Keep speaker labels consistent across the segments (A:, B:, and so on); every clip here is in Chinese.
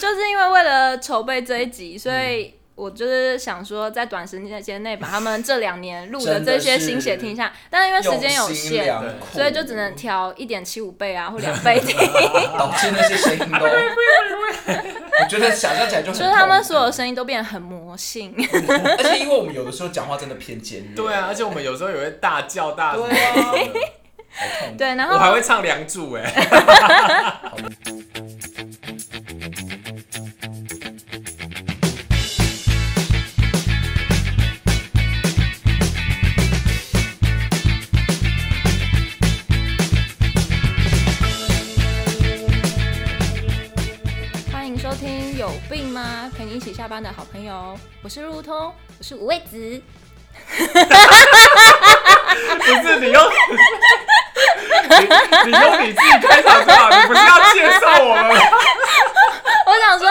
A: 就是因为为了筹备这一集，所
B: 嗯
A: 以我就是想说，在短时间内把他们这两年录的这些心血听下，但是因为时间有
B: 用心
A: 限，
B: 良
C: 对
B: 苦
A: 所以就只能挑一点七五倍啊或两 倍听，
B: 导致哎那些声音 都，我觉得想象起来就很
A: 就是他们
B: 痛苦
A: 所有声音都变得很魔性。
B: 而且因为我们有的时候讲话真的偏尖锐，
C: 对啊，而且我们有时候也会大叫大声，
B: 对啊，好痛苦。
A: 对，然
C: 我还
A: 后
C: 会唱《梁祝》哎，
A: 欢迎收听《有病吗》，陪你一起下班的好朋友，我是路通，我是五味子。
C: 不是你用，你你用你自己开场就好，你不是要介绍我们吗？
A: 我想说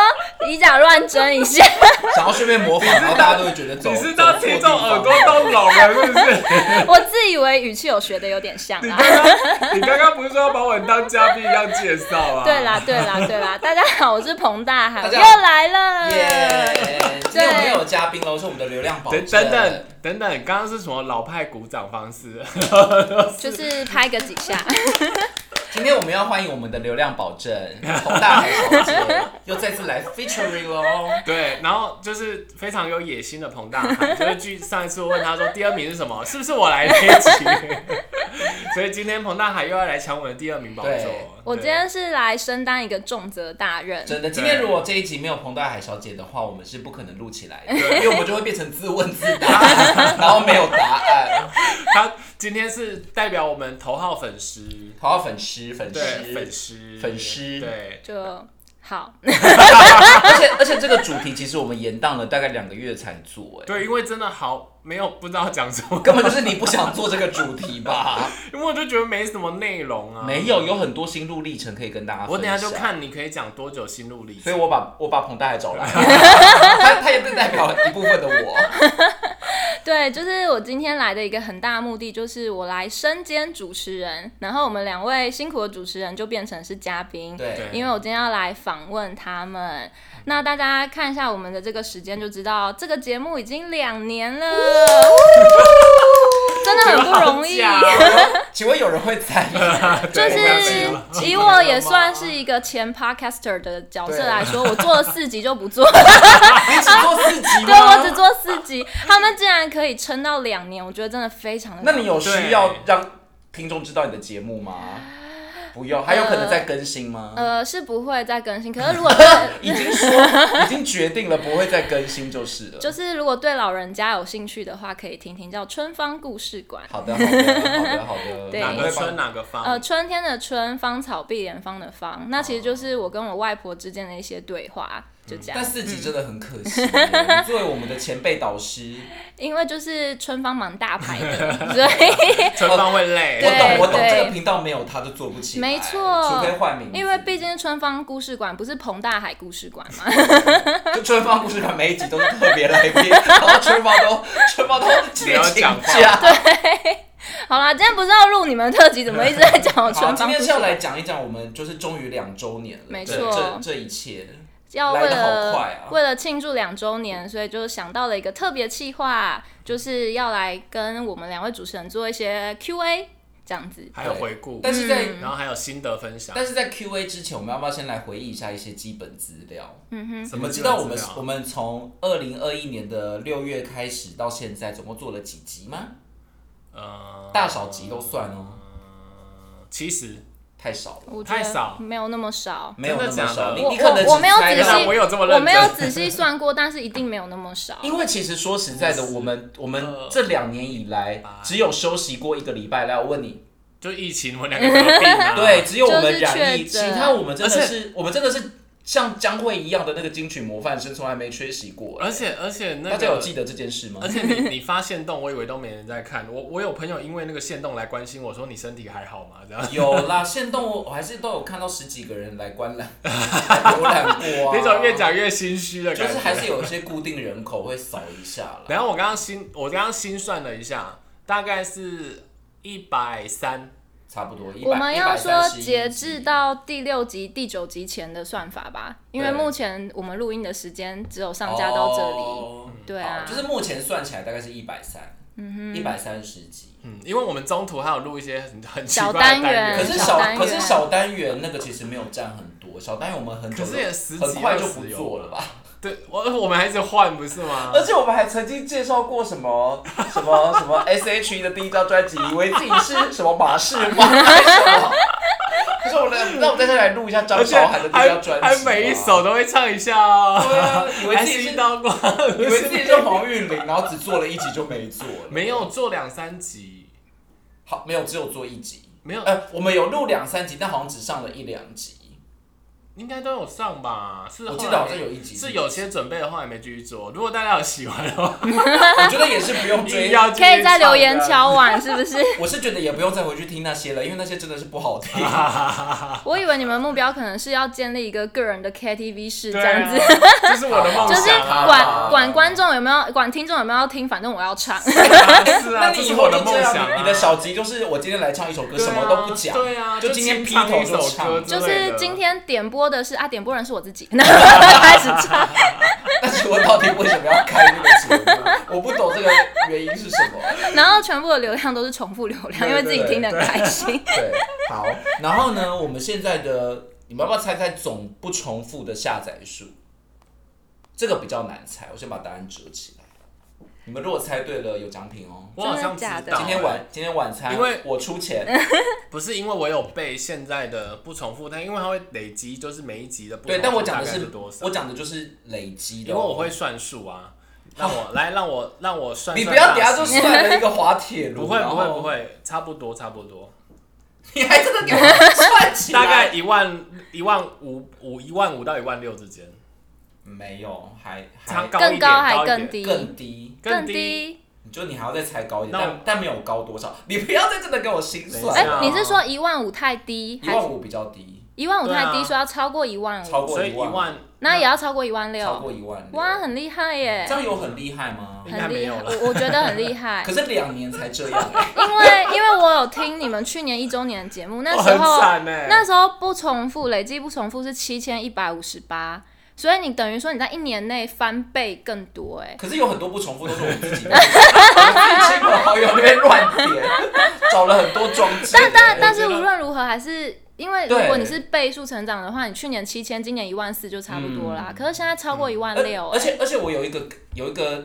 A: 以假乱真一下，
B: 想要顺便模仿，然后大家都会觉得走。
C: 你是到
B: 走错
C: 听
B: 地
C: 众
B: 方
C: 耳朵都聋了是不是？
A: 我自以为语气有学的有点像啊
C: 你
A: 啦
C: 刚。刚你刚刚不是说要把我当嘉宾一样介绍啊？
A: 对啦，对 啦，对啦！大家好，我是彭大海，
B: 大
A: 我
B: 家
A: 又
B: 好
A: 来了。
B: 耶！今天我们又有嘉宾喽，是我们的流量宝
C: 等
B: 证。
C: 等等等等，刚刚是什么老派鼓掌方式？
A: 就是拍个几 下，
B: 今天我们要欢迎我们的流量保证洪大海小姐，又再次来 featuring 喽。
C: 对，然后就是非常有野心的彭大海，就是据上一次我问他说第二名是什么，是不是我来那一集？ 所以今天彭大海又要来抢我的第二名宝
B: 对
C: 座。
A: 我今天是来承担一个重责大任。
B: 真的，今天如果这一集没有彭大海小姐的话，我们是不可能录起来的，
C: 对
B: 因为我们就会变成自问自 答，然后没有答案。
C: 他今天是代表我们头号粉丝，
B: 好好粉丝，粉
C: 对粉
B: 丝，
C: 丝
B: 粉丝
C: 对。
A: 就好，
B: 而且而且这个主题其实我们延宕了大概两个月才做，哎，
C: 对，因为真的好没有不知道讲什么，
B: 根本就是你不想做这个主题 吧？
C: 因为我就觉得没什么内容啊。
B: 没有，有很多心路历程可以跟大家分享。
C: 我等一下就，看你可以讲多久心路历
B: 所
C: 程
B: 以。我把我把彭大海找 来，他他也代表了一部分的我。
A: 对，就是我今天来的一个很大的目的，就是我来身兼主持人，然后我们两位辛苦的主持人就变成是嘉宾，
B: 对
C: 对，
A: 因为我今天要来访问他们。那大家看一下我们的这个时间，就知道这个节目已经两年了， 真的很不容 易。
C: 好假哦
B: 请问有人会在 意？
A: 就
C: 对我没有没
A: 是 以我也算是一个前 podcaster 的角色来说，我做了四集就不 做了，
B: 你只做四集
A: 对我
B: 吗？
A: 只做四集。他们竟然可以撑到两年，我觉得真的非常的。
B: 那你有需要让听众知道你的节目吗？不用，还有可能在更新吗？
A: 呃是不会再更新，可是如果对
B: 已经说，已经决定了不会再更新就是了。
A: 就是如果对老人家有兴趣的话，可以听听叫春芳故事馆。
B: 好的，好的，好的，好的。
A: 对
C: 哪
B: 我
C: 个啊
B: 会
C: 村
B: 帮
C: 哪个方？
A: 呃，春天的春，芳草碧连芳的芳，那其实就是我跟我外婆之间的一些对话，就这样。
B: 哦但四集真的很可惜耶，
A: 嗯
B: 你作为我们的前辈导 师，
A: 因为就是春芳蛮大 牌的，所以
C: 村方会累。
B: 我懂，我懂，
A: 对
B: 这个频道没有他就做不起来，
A: 没错
B: 除非换名字，
A: 因为毕竟是春芳故事馆不是彭大海故事馆嘛。
B: 就春芳故事馆每一集都是特别来宾，然后春芳 都春芳都直接
C: 不要
B: 请
C: 讲话
B: 假。
A: 好啦，今天不是要录你们的特辑，怎么一直在讲我
B: 好，啊
A: 春芳
B: 今天
A: 故
B: 是
A: 事
B: 要？来讲一讲我们就是终于两周年了，
A: 没
B: 这
A: 错
B: 这这一切，
A: 要为
B: 来得
A: 了、
B: 好快啊
A: 为了庆祝两周年，所以就想到了一个特别企划，就是要来跟我们两位主持人做一些 Q&A 这样子。
C: 还有回顾，
B: 但是
A: 嗯
B: 在、
C: 然后还有心得分享。
B: 但是在 Q A 之前，我们要不要先来回忆一下一些基本资料？
A: 嗯
C: 什
B: 你
C: 么
B: 们
C: 基
B: 知
C: 本
B: 道
C: 资
B: 我们
C: 料
B: 我们从二零二一年的六月开始到现在，总共做了几集吗？
C: 呃
B: 大小集都算哦，
C: 其实
B: 太少了，
A: 哼，我觉
C: 太少
A: 得没有那么少。
B: 没有那么
C: 真的假
B: 少。
C: 的
B: 你
A: 我
B: 你可能
A: 我我没有
B: 只猜
A: 仔
B: 到
A: 细，
C: 我有这么认真
A: 我没有仔细算过，但是一定没有那么少。
B: 因为其实说实在的，我们我们
C: 呃
B: 这两年以来只有休息过一个礼拜。来，我问你，
C: 就疫情，我们两个都有病啊。
B: 对，，只有我们染疫，
A: 就是确
B: 其
A: 诊
B: 他我们真的
C: 而
B: 是我们真的是像江蕙一样的那个金曲模范生，从来没缺席过。
C: 而且而且那
B: 大家有
C: 个，
B: 记得这件事吗
C: 而？且你你发现动，我以为都没人在看。我我有朋友因为那个线动来关心我说你身体还好吗？ 这样。
B: 有啦，现动我我还是都有看到十几个人来观 览来浏览过啊。
C: 那种越讲越心虚的
B: 就
C: 感
B: 是
C: 觉。
B: 还是有一些固定人口会扫一下啦。
C: 然后我刚刚心我刚刚心算了一下，大概是一百三，
B: 差不多一百。
A: 我们要说
B: 131
A: 截至到第六集、第九集前的算法吧，因为
B: 对
A: 目前我们录音的时间只有上架到这里。
B: 哦
A: 对啊嗯
B: 好，就是目前算起来大概是一百三，一百三十集。
C: 嗯，因为我们中途还有录一些很很奇
A: 小
C: 怪的
A: 单
C: 单
A: 元嗯
B: 可是
A: 小
B: 小
A: 单元
B: 可是小单元那个其实没有占很多，小单元我们很久
C: 可是也十几
B: 很快就
C: 二十
B: 不
C: 有啊
B: 做了吧？
C: 对，我我们还是换不是吗？
B: 而且我们还曾经介绍过什 么什么什么 S H E 的第一张专辑，以为自己是什么马世 芳，可是我来，那我在这里来录一下张
C: 而且
B: 韶涵的第一张
C: 还
B: 专辑吧，
C: 还每一首都会唱一下哦。
B: 对啊以为
C: 还
B: 自己
C: 是
B: 是
C: 一刀光，
B: 以为自己是黄韵玲，然后只做了一集就没做了，
C: 没有做两三集，
B: 好没有只有做一集，
C: 没有，
B: 呃，我们有录两三集，但好像只上了一两集，
C: 应该都有上吧？是
B: 我
C: 后
B: 记
C: 来
B: 得好像有一集
C: 是有些准备的话也没继续做。如果大家有喜欢 的话，
B: 我觉得也是不用
C: 一定
B: 追，
C: 要继续
A: 可以在留言
C: 唱的。
A: 敲 碗，是不是？
B: 我是觉得也不用再回去听那些了，因为那些真的是不 好听。
C: 啊
A: 我以为你们目标可能是要建立一个个人的 KTV 室这
C: 对
A: 样
C: 啊
A: 子，，
C: 这是我的梦
A: 就是
C: 想啊！
A: 管管观众有没有，管听众有没有要听，反正我要唱。
C: 是啊，
B: 那
C: 这
B: 你
C: 是
B: 以后
C: 我
B: 就
C: 的梦
B: 这样，
C: 想啊！
B: 你的小集就是我今天来唱一首歌，
C: 对啊
B: 什么都不讲，
C: 对啊，
B: 就今天劈头
C: 就清唱一首歌
B: 唱，
C: 之
A: 就
C: 类的
A: 是今天点播的是啊，点播人是我自己， 开始唱。
B: 但是我到底为什么要开这个节目？我不懂这个原因是什 么。
A: 然后全部的流量都是重复流量，因为自己听得很开心。
B: 对，好，然后呢，我们现在的你们要不要猜猜总不重复的下载数？这个比较难猜，我先把答案折起来。你们如果猜对了，有奖品哦。
C: 我好像知
A: 真的假
C: 道
A: 的
B: 今天晚今天晚餐，
C: 因为
B: 我出钱，
C: 不是因为我有背现在的不重复，但因为它会累积，就是每一集的不重
B: 对，
C: 复
B: 但我讲的
C: 大概
B: 是
C: 是多少
B: 我？讲的就是累积的
C: 因
B: 哦，
C: 为我会算数啊，让 我来让我让我算算大
B: 你
C: 师。
B: 不要等下就算了一个滑铁卢，
C: 不会
B: 然
C: 不
B: 后
C: 会不，会，差不多差不多，
B: 你还真的给我算起来，
C: 大概一万一万五五一万五到一万六之间，
B: 没有，还
C: 差
B: 还
C: 高一
A: 更
C: 点
A: 高还
C: 一点
A: 更低？
B: 更低，
A: 更
C: 更。
A: 低？
B: 你就你还要再猜高一点，
C: 那我
B: 但但没有高多少， 你不要再真的给我心
C: 等
B: 算，
C: 一
A: 哎
C: 下，
A: 你是说一万五太低，
B: 一
A: 还是
B: 万五比较低，
A: 一万五太
C: 对
A: 低？
C: 啊
A: 说要超过一万
B: 超
A: 五，
B: 过
C: 所以
B: 一
C: 一万
A: 那也要超过一万
B: 超
A: 六？
B: 过一万六，
A: 哇，很厉害耶
B: 这！样有很厉害吗？
C: 应该
A: 很
C: 没
A: 厉
C: 有
A: 害，
C: 了
A: 我我觉得很厉害
B: 可，是两年 才这样哎，
A: 因为因为我有听你们去年一周年的节目，那时
C: 我
A: 候
B: 哦
C: 很惨欸
A: 那时候不重复累计不重复是七千一百五十八，所以你等于说你在一年内翻倍更多哎，
B: 可是有很多不重复都是我自己的，我自己亲朋好友那边乱点，找了很多装置，
A: 但但
B: 哎
A: 但是
C: 觉得
A: 无论如何还是。因为如
B: 对
A: 果你是倍数成长的话，你去年七千，今年一万四就差不多啦。可是现在超过一万六、
B: 嗯
A: 哎
B: 而而且而且我有一个有一个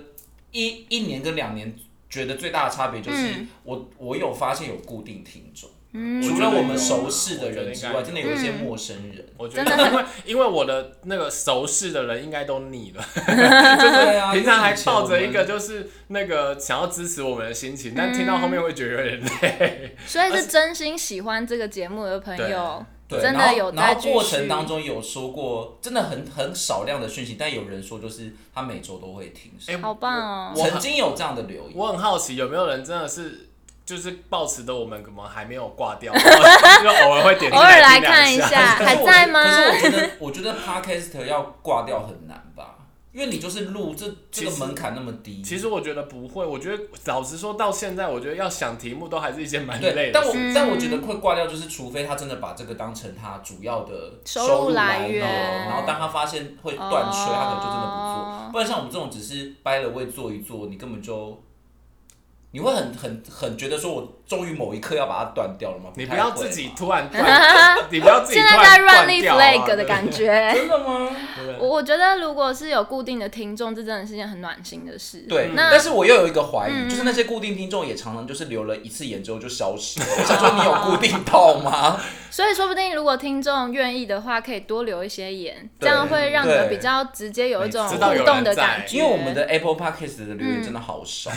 B: 一一年跟两年觉得最大的差别就是、
A: 嗯
B: 我我有发现有固定听众，
A: 嗯
B: 除
C: 觉
B: 了
C: 得
B: 我
C: 有
B: 们熟识的人之
C: 我
B: 外，
C: 觉
B: 真的有一些陌生人。
C: 我觉得因为 因为我的那个熟识的人应该都腻了，
B: 对啊，
C: 嗯平常还
B: 因为以前我
C: 抱
B: 们
C: 着一个就是那个想要支持我们的心情，但听
A: 嗯
C: 到后面会觉得有点累。
A: 所以是真心喜欢这个节目的朋友，
B: 对
A: 真
B: 然
A: 的
B: 后
A: 有在
B: 然后
A: 继
B: 过
A: 续
B: 程当中有说过，真的很很少量的讯息，但有人说就是他每周都会听。
C: 哎
A: 好棒哦！
C: 我
B: 曾经有这样的留言，
C: 我很好奇有没有人真的是就是抱持的我们怎么还没有挂 掉，就偶尔会点进
A: 偶尔来
C: 听两
A: 看一下
B: 可是
A: 还
B: 我
A: 在吗
B: 可是我觉得，我觉得 podcast 要挂掉很难吧，因为你就是录这这个
C: 其实
B: 门槛那么低。
C: 其实我觉得不会，我觉得老实说，到现在我觉得要想题目都还是一件蛮累
B: 对，
C: 的。
B: 但我
A: 嗯
B: 但我觉得会挂掉，就是除非他真的把这个当成他主要的
A: 收入
B: 入
A: 来
B: 源，哦
A: 源
B: 然后当他发现会断吹，
A: 哦
B: 他可能就真的不做。不然像我们这种只是掰了位做一做，你根本就你会很很很觉得说，我终于某一刻要把它断掉了吗？
C: 你不
B: 太
C: 要
B: 会
C: 自己
B: 吧
C: 突然断，你不要自己
A: 现
C: 突
A: 在
C: 然啊
A: 在乱立
C: 立
B: 啊
A: flag 的感觉。
B: 真的吗？
A: 我我觉得如果是有固定的听众，这真的是件很暖心的事。
B: 对，
A: 那
B: 但是我又有一个怀疑，
A: 嗯
B: 就是那些固定听众也常常就是留了一次言之后就消失了。我想说，你有固定到 吗？
A: 所以说不定如果听众愿意的话，可以多留一些言，这
B: 对
A: 样会让你们
B: 对
A: 比较直接有一种
C: 你
A: 互
C: 知道有人
A: 动的感
C: 在
A: 觉。
B: 因为我们的 Apple Podcast 的留言真的好少，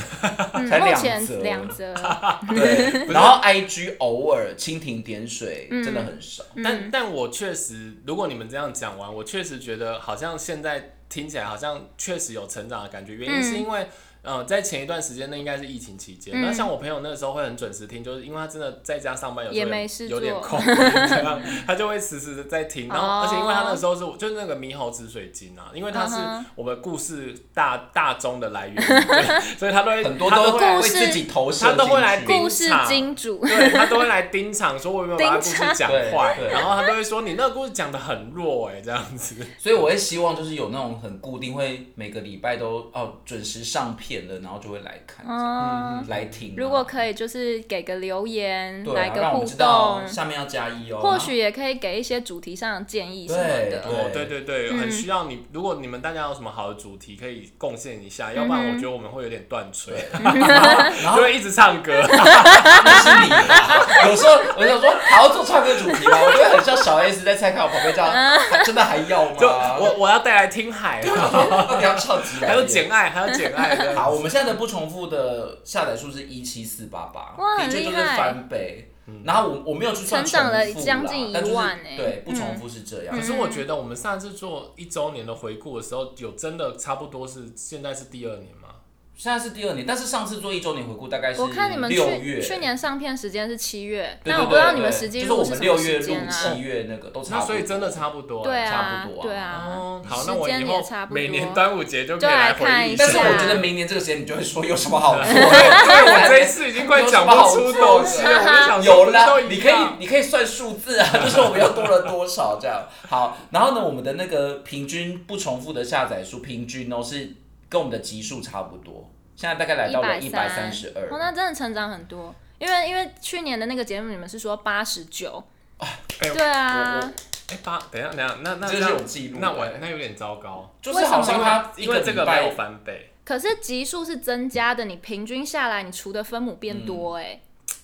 A: 嗯
B: 才
A: 目
B: 两
A: 前
B: 则
A: 两 则，
B: 对，然后 IG 偶尔蜻蜓点水
A: 嗯
B: 真的很少。
C: 但但我确实，如果你们这样讲完，我确实觉得好像现在听起来好像确实有成长的感觉，原因是因为。呃，在前一段时间，那应该是疫情期间。
A: 嗯
C: 那像我朋友那时候会很准时听，就是因为他真的在家上班，有时
A: 也
C: 候
A: 没
C: 有
A: 事
C: 有点
A: 做
C: 空，这 样他就会时时的在听。然后，
A: 哦
C: 而且因为他那时候是就是那个猕猴紫水晶啊，因为它是
A: 嗯哼
C: 我们故事大大宗 的来源，对所以他都会
B: 很多
C: 他
B: 都
C: 都会来
B: 会
A: 故事
B: 自己投射
C: 他都会来
B: 进去
C: 盯
A: 故事
C: 场
A: 金主，
B: 啊
C: 对他都会来盯场，说我有没有把他故
A: 盯
C: 事
A: 场
C: 讲
B: 对
C: 坏，
B: 对
C: 然后他都会说你那个故事讲的很弱哎、这样子。
B: 所以我会希望就是有那种很固定，会每个礼拜都哦准时上片的，然后就会来看、
A: 嗯，
B: 来听啊、
A: 如果可以，就是给个留言，
B: 对、
A: 来
B: 啊，
A: 个
B: 让我
A: 互
B: 们知道
A: 动，
B: 下面要加一哦。
A: 或许也可以给一些主题上的建议什么的。
C: 哦，
B: 对
C: 对对对，
A: 嗯
C: 很需要你。如果你们大家有什么好的主题可以贡献一下，要不
A: 嗯
C: 然我觉得我们会有点断吹，
B: 然后
C: 就会一直唱 歌。
B: 那是 你啊。有时候我想说，好要做唱歌主题吧，我觉得很像小 S 在蔡康永旁边这样，还真的还要吗？
C: 就我我要带来听海，
B: 到底要唱几百遍
C: 还有简爱，还有简爱的。
A: 哎
B: 好，我们现在的不重复的下载数是一七四八八，
A: 哇
B: 的确
A: 很厉
B: 就是
A: 害
B: 翻倍。
C: 嗯
B: 然后我我没有去算
A: 成长
B: 重
A: 了
B: 复啦
A: 将近一
B: 但就是
A: 万欸
B: 对，不重
A: 嗯
B: 复是这样
C: 可。是我觉得我们上次做一周年的回顾的时候，有真的差不多是现在是第二年吗？
B: 现在是第二年，但是上次做一周年回顾大概是
A: 我看你们
B: 六月，
A: 去去年上片时间是七月，
B: 对对对
A: 但我不知道
B: 对
A: 你们实际
B: 就是
A: 录
B: 我们
A: 什么
B: 六月
A: 时
B: 入
A: 间啊？
B: 七月那个都差
C: 那
B: 不多，
C: 所以真的差不 多。
A: 对
B: 差
A: 啊
B: 不，多啊
A: 对啊
C: 哦，，好，那我
A: 时间
C: 以
A: 也
C: 后
A: 差不
C: 每年
A: 多。
C: 端午节就可
A: 就
C: 以
A: 来
C: 回
A: 看
C: 忆
A: 一
B: 但是
A: 下
B: 我觉得明年这个时间你就会说有什么好 做？
C: 对，我这一次已经快讲不出 东西了，我就想说
B: 有
C: 都
B: 啦，
C: 一样
B: 你可以你可以算数字 啊，就是我们又多了多少这样。好，然后呢，我们的那个平均不重复的下载数，平均哦是跟我们的集数差不多，现在大概来到了一百三十
A: 哦，
B: 二。
A: 那真的成长很多。因为因为去年的那个节目，你们是说八十九，
C: 哎呦
A: 对
B: 啊我
A: 啊，
C: 哎八，等一下等一下，那那
B: 这是
C: 样
B: 有记录的
C: 那我那有点糟糕，
B: 就是好
A: 为什
B: 像
A: 么
B: 他一
C: 因
B: 个
C: 为这
B: 礼
C: 个没有
B: 拜，
C: 翻倍，
A: 可是集数是增加的，你平均下来，你除的分母变多
B: 嗯
A: 哎、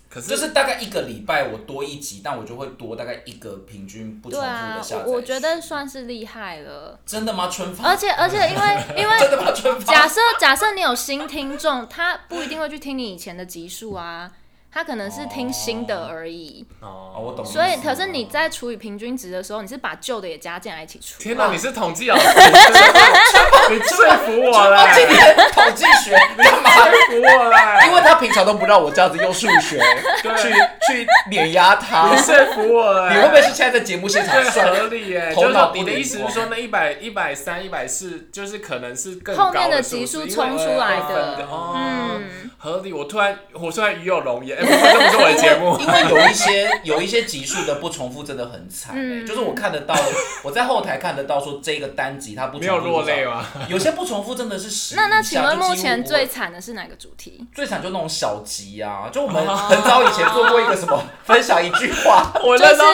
C: 可是
B: 就是大概一个礼拜我多一集，但我就会多大概一个平均不重
A: 对
B: 复的
A: 啊
B: 下载、啊
A: 我我觉得算是厉害了。
B: 真的吗？春
A: 而
B: 发
A: 且而且因为 因为
B: 真的吗？春发
A: 假设假设你有新听众，他不一定会去听你以前的集数啊，他可能是听新的而已。
C: 哦
B: 哦我懂
A: 所以，
B: 哦
A: 可是你在除以平均值的时候，你是把旧的也加进来一起除。
C: 天
B: 哦
C: 哪，你是统计老师，真 的你说服我了，
B: 今
C: 你
B: 年 统计学干嘛？
C: 说服我
B: 因
C: 了，欸
B: 为他平常都不让我这样子用数 学去去碾压他
C: 你。说服我了，欸
B: 你会不会是现在在节目现场
C: 对，
B: 算？
C: 合理耶。
B: 头
C: 就是
B: 脑
C: 说
B: 不
C: 你的
B: 连
C: 意思是
B: 贯
C: 说，那一百、一百三、一百四，就是可能是更
A: 后面
C: 高
A: 的
C: 数
A: 级
C: 字
A: 数
C: 因为
A: 冲出来
C: 二
A: 的
C: 分哦、
A: 嗯
C: 合理。我突然，我突然鱼有龙颜，哎、不是，这不是我的节 目。
B: 因为有一些有一些集数的不重复真的很惨、欸，
A: 嗯
B: 就是我看得到，我在后台看得到说这个单集它不重复
C: 没有落泪哦吗？
B: 有些不重复真的是十以下。
A: 那那请问
B: 就几乎
A: 目前
B: 不会
A: 最惨的是哪个主题？
B: 最惨就那种小集啊，就我
C: 哦
B: 们很早以前做过一个什么 分享一句话，
C: 我
A: 就
C: 那时
A: 是
C: 候，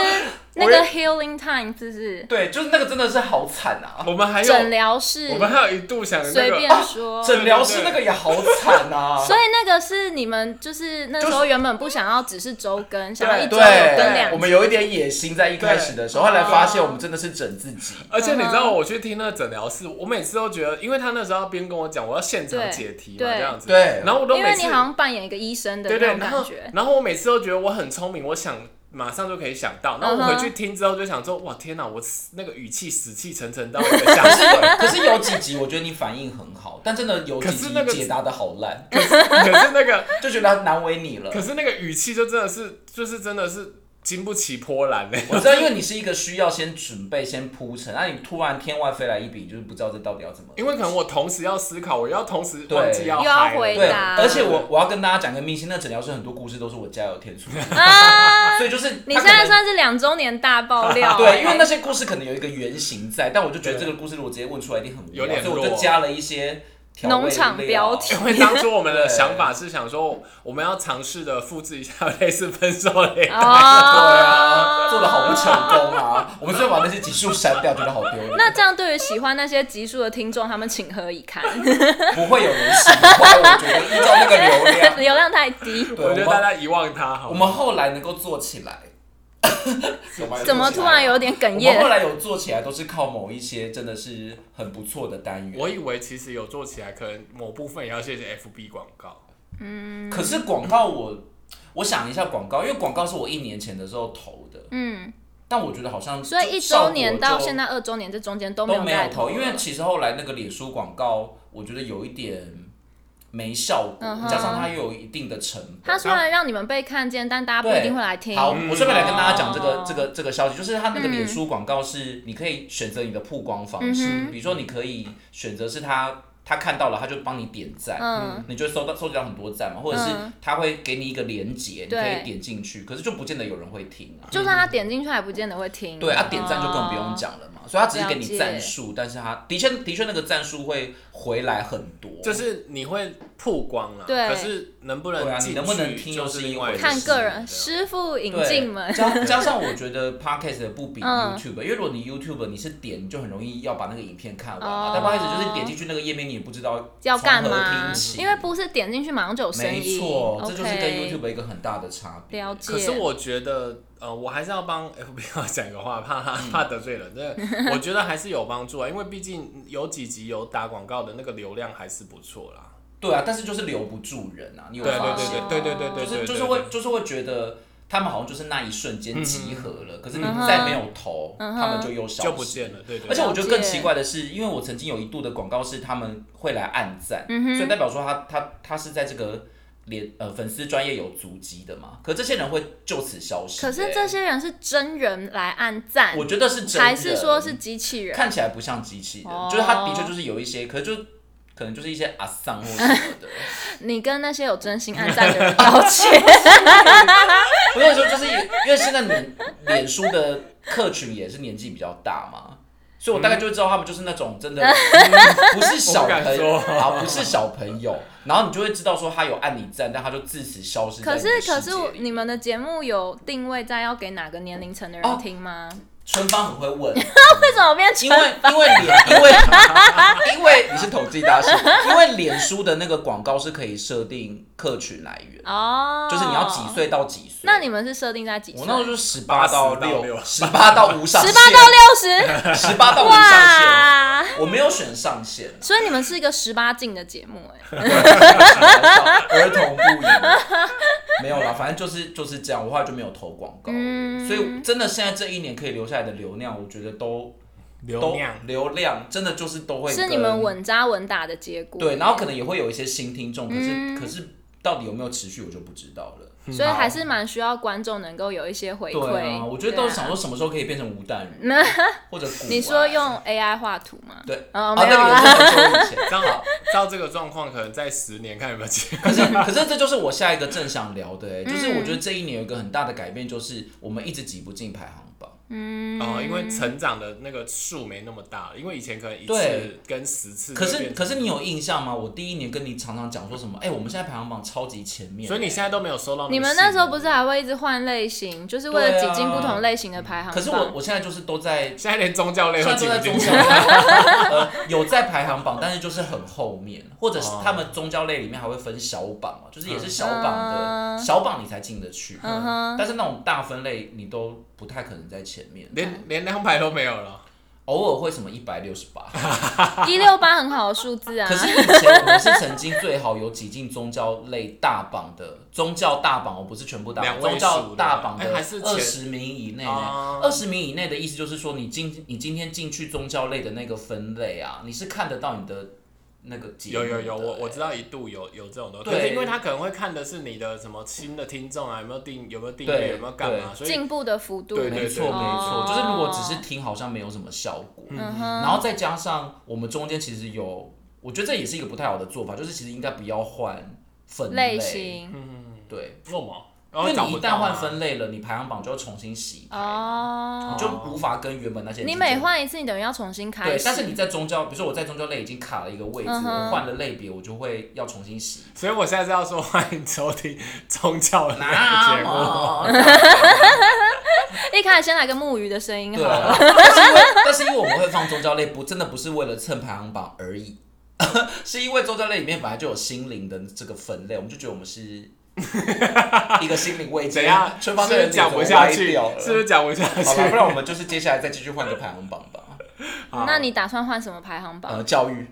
A: 那
C: 我
A: 个
C: 也
A: healing time，是不是？
B: 对，就是那个真的是好惨啊，
C: 我们还有，
A: 诊疗室
C: 我，们还有一度想那
A: 随
C: 个，
A: 便
C: 哦
A: 说。
B: 诊疗室那个也好惨啊。
A: 所以那个是你们就是那时候原本不想要只是周更，想要一周有更
B: 对，
A: 两
B: 我
A: 集。
B: 们有一点野心在一开始的时候，后来发现我们真的是整自己。
C: 而且你知道，我去听那个诊疗室，我每次都觉得，因为他那时候边跟我讲，我要现场
A: 对
C: 解题嘛，
A: 对
C: 这样子，
B: 对
C: 然后我都
A: 因
C: 每
A: 为
C: 次
A: 你好像扮演一个医生的
C: 对
A: 那
C: 对，
A: 种
C: 然
A: 感
C: 后
A: 觉。
C: 然后我每次都觉得我很聪明，我想马上就可以想到，然后我回去
A: 嗯
C: 听之后就想说，哇天哪，我死那个语气死气沉沉到 一个下去。
B: 可是有几集我觉得你反应很好，但真的有几
C: 可
B: 集
C: 是那个
B: 解答的好烂，
C: 可是可是那个
B: 就觉得难为你了
C: 可。是那个语气就真的是就是真的是经不起波澜欸嘞、
B: 我知道，因为你是一个需要先准备、先铺陈，那你突然天外飞来一笔，就是不知道这到底要怎么。
C: 因为可能我同时要思考，我要同时
B: 对
C: 忘记要
A: 又要
C: 嗨了
A: 回
B: 对，
A: 对啊
B: 而且我我要跟大家讲个秘辛，那诊疗室很多故事都是我加油添醋，
A: 啊！
B: 所以就是
A: 你
B: 他
A: 现
B: 可能
A: 在算是两周年大爆料。 欸
B: 对，因为那些故事可能有一个原型在，但我就觉得这个故事如果直接问出来一定很无聊
C: 有点
B: 所以我
C: 弱
B: 就加了一些调味
A: 农场
B: 料
A: 标 题
C: 因为当初我们的
B: 对
C: 想法是想说，我们要尝试的复制一下类似分手 类，
A: 哦，
B: 对啊，做的好不成功 啊！我们最后把那些集数删掉，觉得好丢脸。
A: 那这样对于喜欢那些集数的听众，他们情何以堪？
B: 不会有人喜欢，我觉得依照那个流量，
A: 流量太低，
B: 对，啊
C: 我觉得大
B: 们
C: 家遗忘它 好
B: 我
C: 了。
B: 们后来能够做起来，有吗
A: 怎么突然？有点哽
B: 有做起来我们后
A: 咽？
B: 来有做起来，都是靠某一些真的是很不错的单元。
C: 我以为其实有做起来，可能某部分也要谢谢 FB 广告。
B: 可是广告我，我想一下广告，因为广告是我一年前的时候投的，
A: 嗯，
B: 但我觉得好像
A: 所以一周年到现在二周年这中间都没
B: 都
A: 有
B: 没
A: 再
B: 有投，因为
A: 了
B: 其实后来那个脸书广告，我觉得有一点没效果，
A: 嗯哼
B: 加上它又有一定的成本。
A: 它虽然让你们被看见，但大家不
B: 对
A: 一定会来听。
B: 好，
C: 嗯
B: 我顺便来跟大家讲这个、
A: 哦
B: 这个这个消息，就是它那个
A: 嗯
B: 脸书广告是你可以选择你的曝光方式，
A: 嗯哼
B: 比如说你可以选择是他他看到了，他就帮你点赞。
A: 嗯，
B: 你就会收到收集到很多赞嘛，或者是
A: 嗯
B: 他会给你一个连接，你可
A: 对
B: 以点进去，可是就不见得有人会听啊。
A: 就算他点进去，还不见得会听。哦
B: 对啊，点赞就更不用讲了嘛，所以他只是给
A: 了
B: 你
A: 解
B: 赞数，但是他的确的确那个赞数会回来很多，
C: 就是你会曝光了，
A: 对
C: 可是能不
B: 对啊
C: 能
B: 你
C: 进去
B: 能不能听
C: 就
B: 又
C: 是
B: 是
C: 另
B: 一
C: 外
B: 回
C: 一
B: 事
C: 回
A: 看
C: 事
A: 个人，
C: 这样
A: 师傅引
B: 对
A: 进门。
B: 加加上我觉得 podcast 不比
A: 嗯
B: YouTube，、因为如果你 YouTube 你是点，你就很容易要把那个影片看完嘛
A: 哦。
B: 但 podcast 就是点进去那个页面，你也不知道
A: 要
B: 从
A: 干
B: 何
A: 嘛
B: 听？起
A: 因为不是点进去马上就有声音，
B: 没错，这就是跟
A: OK，
B: YouTube 一个很大的差别。
A: 了解。
C: 可是我觉得，呃，我还是要帮 FB 讲个话，怕他
B: 嗯
C: 怕得罪人。这我觉得还是有帮助啊，因为毕竟有几集有打广告的那个流量还是不错啦。
B: 对啊，但是就是留不住人啊，你有
C: 对
B: 没
C: 对
B: 有发现？
C: 对对对对对对，
B: 就是
C: 对
B: 就是
C: 对
B: 会
C: 对
B: 就是会觉得他们好像就是那一瞬间集合了，可是你
A: 嗯哼
B: 再没有投，
A: 嗯哼
B: 他们就又消失
C: 就不见了，对对。
B: 而且我觉得更
A: 了解
B: 奇怪的是，因为我曾经有一度的广告是他们会来暗赞，
A: 嗯哼
B: 所以代表说他他他是在这个连呃粉丝专业有足迹的嘛。可这些人会就此消失、
A: 可是这些人是真人来按赞
B: 欸，我觉得是真人
A: 还是说是机器人？
B: 看起来不像机器人，
A: 哦
B: 就是他的确就是有一些，可是就可能就是一些阿桑或什么 的，
A: 你跟那些有真心按赞的人道歉。
B: 不是说就是因为现在脸脸书的客群也是年纪比较大嘛。所以我大概就会知道他们就是那种 真的、不是小朋友
C: 我不敢说
B: 啊，不是小朋友，然后你就会知道说他有按你赞，但他就自此消失在
A: 可
B: 你的
A: 是可
B: 世界
A: 是我
B: 里
A: 你们的节目有定位在要给哪个年龄层的人
B: 哦
A: 听吗？为
B: 春芳很会问，
A: 什么变成
B: 因为因为脸因为因为你是统计大师，因为脸书的那个广告是可以设定客群来源，
A: 哦？
B: 就是你要几？岁到几岁。
A: 那你们是设定在几岁？
B: 我那时候就十八到六，
C: 80
B: 十八到无上
A: 十
B: 限，
A: 八到六十，
B: 六，十八到无上
A: 哇！
B: 限，我没有选上限，
A: 所以你们是一个十八禁的节目，哎，
B: 儿童不宜。没有啦，反正就是就是这样，我后来就没有投广告，
A: 嗯
B: 所以真的现在这一年可以留下来的流量，我觉得都
C: 流
B: 都
C: 量
B: 流量真的就是都会
A: 是你
B: 跟
A: 们稳扎稳打的结果。哎
B: 对，然后可能也会有一些新听众，可是、
A: 嗯
B: 可是到底有没有持续，我就不知道了。
A: 所以还是蛮需要观众能够有一些回馈。
B: 对啊，我觉
A: 对
B: 得都
A: 啊
B: 想说什么时候可以变成吴淡 如、或者古
A: 你
B: 玩
A: 说用 AI 画图吗？
B: 对
A: 哦，
B: 啊，
A: 没有
B: 那个
A: 啦。
B: 也是很久以前。
C: 刚好照这个状况，可能在十年看有没 有机会。
B: 可是，可是这就是我下一个正想聊的、
A: 嗯
B: 欸，就是我觉得这一年有一个很大的改变，就是我们一直挤不进排行榜。
A: 嗯，
C: 哦，因为成长的那个数没那么大了，因为以前可能一次
B: 对
C: 跟十
A: 嗯
C: 次就
B: 可
C: 变成。
B: 是，可是你有印象吗？我第一年跟你常常讲说什么？哎、我们现在排行榜超级前面、
C: 所以你现在都没有收到
A: 你们
C: 信
A: 那时候不是还会一直换类型，就是为了挤进不同类型的排行榜。
B: 啊可是我我现在就是都在，
C: 现在连宗教类
B: 虽
C: 都
B: 然
C: 挤
B: 都在
C: 不进
B: 宗
C: 去
B: 教，， 呃，有在排行榜，但是就是很后面，或者是
C: 哦
B: 他们宗教类里面还会分小榜嘛，就是也是小榜
A: 嗯
B: 的小榜你才进得去，
A: 嗯哼
B: 但是那种大分类你都不太可能在前面，
C: 连连两百都没有了。
B: 偶尔会什么一百六十八。
A: 一六八很好的数字啊
B: 可，是以前我是曾经最好有挤进宗教类大榜的宗教大榜，我不是全部大
C: 两
B: 榜，
C: 位
B: 宗
C: 数
B: 教大榜
C: 哎
B: 的
C: 还是前
B: 二十名以内
C: 哦
B: 呢。二十名以内的意思就是说，你今你今天进去宗教类的那个分类啊，你是看得到你的那个节
C: 有
B: 目的
C: 有有，我
B: 哎
C: 我知道一度有有这种东西，
B: 对
C: 可是因为他可能会看的是你的什么新的听众啊，有没有订有没有订
B: 对
C: 阅有没有干嘛，
B: 对
C: 所以
A: 进步的幅度。
C: 对
B: 没错
C: 对
B: 没错
A: 哦，
B: 就是如果只是听，好像没有什么效果。
A: 嗯哼，
B: 然后再加上我们中间其实有，我觉得这也是一个不太好的做法，就是其实应该不要换分
A: 类型
B: 对，
C: 为什么？然
B: 因
C: 后
B: 为
C: 找
B: 你
C: 不
B: 一
C: 到
B: 旦换
C: 啊。
B: 分类了，你排行榜就要重新洗牌
A: 哦
B: 你。嗯就无法跟原本那些人
A: 你
B: 竞争
A: 每换一次，你等于要重新开
B: 对，
A: 始。
B: 但是你在宗教，比如说我在宗教类已经卡了一个位置，
A: 嗯哼
B: 我换了类别，我就会要重新 洗。
C: 所以我现在是要说欢迎收听宗教 类的
B: 那
C: 节目。
B: 么，
A: 一开始先来个木鱼的声音
B: 对
A: 好了。
B: 啊，但是因为 但是因为我们会放宗教类，不真的不是为了蹭排行榜而已， 是因为宗教类里面本来就有心灵的这个分类，我们就觉得我们 是一个心灵慰藉。
C: 怎样？是
B: 春
C: 不
B: 芳这个
C: 是
B: 人
C: 讲
B: 怎
C: 不
B: 么
C: 下
B: 歪
C: 去？
B: 掉了
C: 是不是讲不下
B: 好吧，不
C: 去？
B: 然我们就是接下来再继续换个排行榜吧。
C: 好
A: 那你打算换什么排行榜？
B: 呃，教育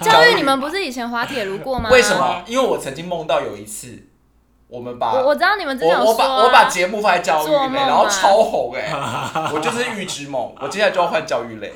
A: 教育你们不是以前滑铁卢过吗？
B: 为什？么？因为我曾经梦到有一次，我们把
A: 我我知道你们之前有
B: 我我
A: 说、
B: 把
A: 啊，
B: 我把节目放在教育
A: 做
B: 类，
A: 梦啊
B: 然后超红哎、 我就是预知梦，我接下来就要换教育类，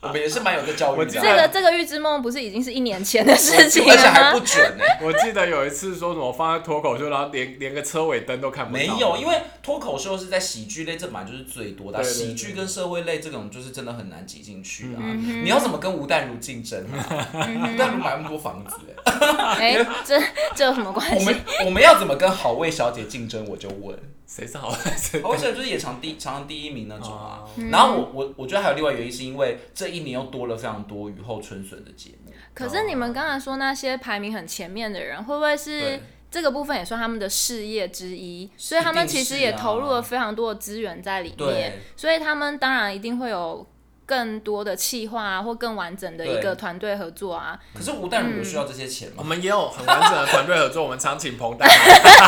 B: 我们也是蛮有在教育
C: 我
B: 的，
C: 记
A: 这
C: 得
A: 个这个预知梦不是已经是一年前的事情了啊
B: 而且还
A: 吗
B: 不？准哎、
C: 我记得有一次说什么放在脱口秀，然后连连个车尾灯都看不到。
B: 没有，因为脱口秀是在喜剧类这本来就是最多的啊，
C: 对对对
B: 喜剧跟社会类这种就是真的很难挤进去啊。
A: 嗯哼嗯
B: 你要怎么跟吴淡如竞争啊？吴淡如买那么多房子、 欸，
A: 哎、这这有什么关
B: 我
A: 系
B: 们？我们要怎么跟好味小姐竞争？我就问，
C: 谁是好男生
B: 好味小姐哦就是也常第常常第一名那种啊。
C: 哦
B: 然后我我我觉得还有另外原因，是因为这一年又多了非常多雨后春笋的节目。
A: 可是你们刚才说那些排名很前面的人，会不会是
B: 对
A: 这个部分也算他们的事业之一？所以他们其实
B: 一定
A: 也
B: 是啊
A: 投入了非常多的资源在里面
B: 对，
A: 所以他们当然一定会有更多的企划啊，或更完整的一个团队合作啊。
B: 可是吴淡如有需要这些钱
C: 我
A: 嗯
B: 吗？
C: 们也有很完整的团队合作，我们常请彭大海。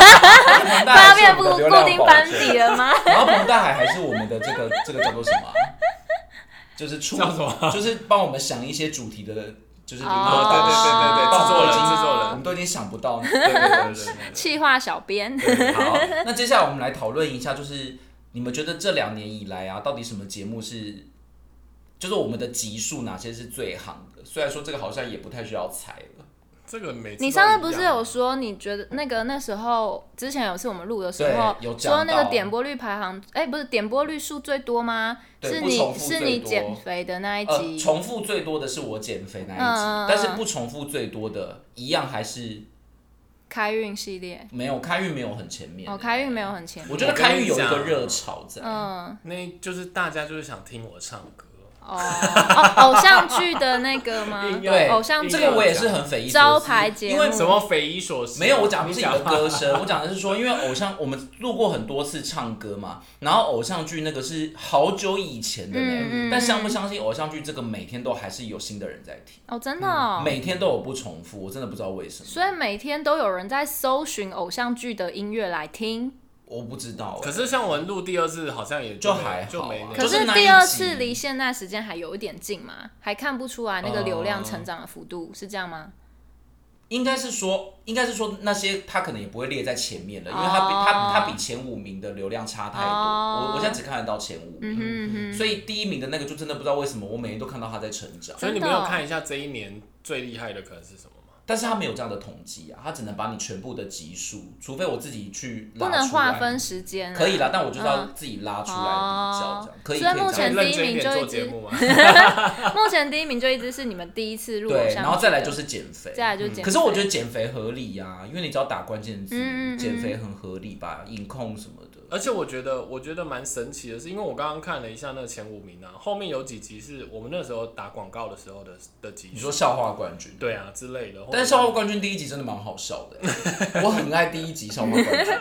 A: 快
B: 彭大
A: 要
B: 海是
A: 变
B: 我
A: 固
B: 们的
A: 固
B: 流量
A: 定
B: 保
A: 班
B: 证
A: 底了吗？
B: 然后彭大海还是我们的这个这个叫做什么啊、就是出
C: 叫什么啊
B: 就是帮我们想一些主题的，就是灵
A: 哦
B: 感。
C: 对对对对对，制作人制作
B: 我们
C: 人。
B: 哦都已经想不到。
C: 对对对对
A: 企划小编，
B: 好，那接下来我们来讨论一下，就是你们觉得这两年以来啊，到底什么节目是，就是我们的集数哪些是最行的？虽然说这个好像也不太需要猜了。
C: 这个每次都
A: 你上次不
C: 一
A: 是
C: 样
A: 有说你觉得那个那时候之前有一次我们录的时候
B: 对有讲
A: 说
B: 到
A: 那个点播率排行，哎、不是点播率数最多吗？
B: 对
A: 是
B: 不重
A: 你
B: 复
A: 是
B: 最
A: 你
B: 多
A: 减肥的那一
B: 呃，
A: 集，
B: 重复最多的是我减肥那一集，
A: 嗯嗯嗯
B: 但是不重复最多的，一样还是
A: 开运系列。
B: 没有开运没有很前面。
A: 哦，开运没有很前面。
B: 我觉得开运有一个热潮在。
A: 嗯，
C: 那就是大家就是想听我唱歌，
A: 哦，哦偶像剧的那个 吗？
C: 硬要
B: 对，
A: 偶像剧
B: 这个我也是很匪夷所思
A: 招牌节目
B: 因为
C: 什么匪夷所思？啊
B: 没有，我讲的不是你的
C: 你
B: 歌声，我讲的是说，因为偶像我们录过很多次唱歌嘛，然后偶像剧那个是好久以前的嘞，
A: 嗯嗯
B: 但相不相信偶像剧这个每天都还是有新的人在听，
A: 哦，真的哦。
B: 嗯每天都有不重复，我真的不知道为什么，
A: 所以每天都有人在搜寻偶像剧的音乐来听，
B: 我不知道欸、
C: 可是像我们录第二次，好像也
B: 就
C: 没
B: 还好啊
C: 就没那
A: 可
B: 就是是那
A: 第
B: 一
A: 二
B: 集
A: 次离现在时间还有一点近嘛，还看不出来那个流量成长的幅度，是这样吗？
B: 应该是说，应该是说那些他可能也不会列在前面了，因为
A: 哦
B: 他比、他他比前五名的流量差太多，
A: 哦
B: 我我现在只看得到前五名，
A: 嗯哼嗯哼，
B: 所以第一名的那个就真的不知道为什么，我每天都看到他在成长。
C: 所以你
A: 真
C: 没
A: 的
C: 有
A: 哦
C: 看一下这一年最厉害的可能是什么吗？
B: 但是他没有这样的统计啊，他只能把你全部的集数，除非我自己去拉
A: 不能
B: 出来
A: 划分时间啊、
B: 可以啦，但我就是要
A: 嗯哦
B: 自己拉出来比较，这样可以。
A: 所以
B: 可以
A: 目
B: 这
A: 前
B: 样
A: 第一
C: 认真一
A: 名
C: 点
A: 就
C: 做
A: 一
C: 节
A: 支，
C: 目吗？
A: 目前第一名就一直是你们第一次入偶
B: 对，
A: 像剧的，
B: 然后再来就是减肥。
A: 再来就是减肥、
B: 可是我觉得减肥合理呀、因为你只要打关键
A: 嗯
B: 字
A: 嗯嗯，
B: 减肥很合理吧，饮控什么的。
C: 而且我觉得，我觉得蛮神奇的是，因为我刚刚看了一下那个前五名啊，后面有几集是我们那时候打广告的时候的的集数，
B: 你说笑话冠军，
C: 对啊之类的，
B: 但是笑话冠军第一集真的蛮好笑的、我很爱第一集笑话冠军、欸，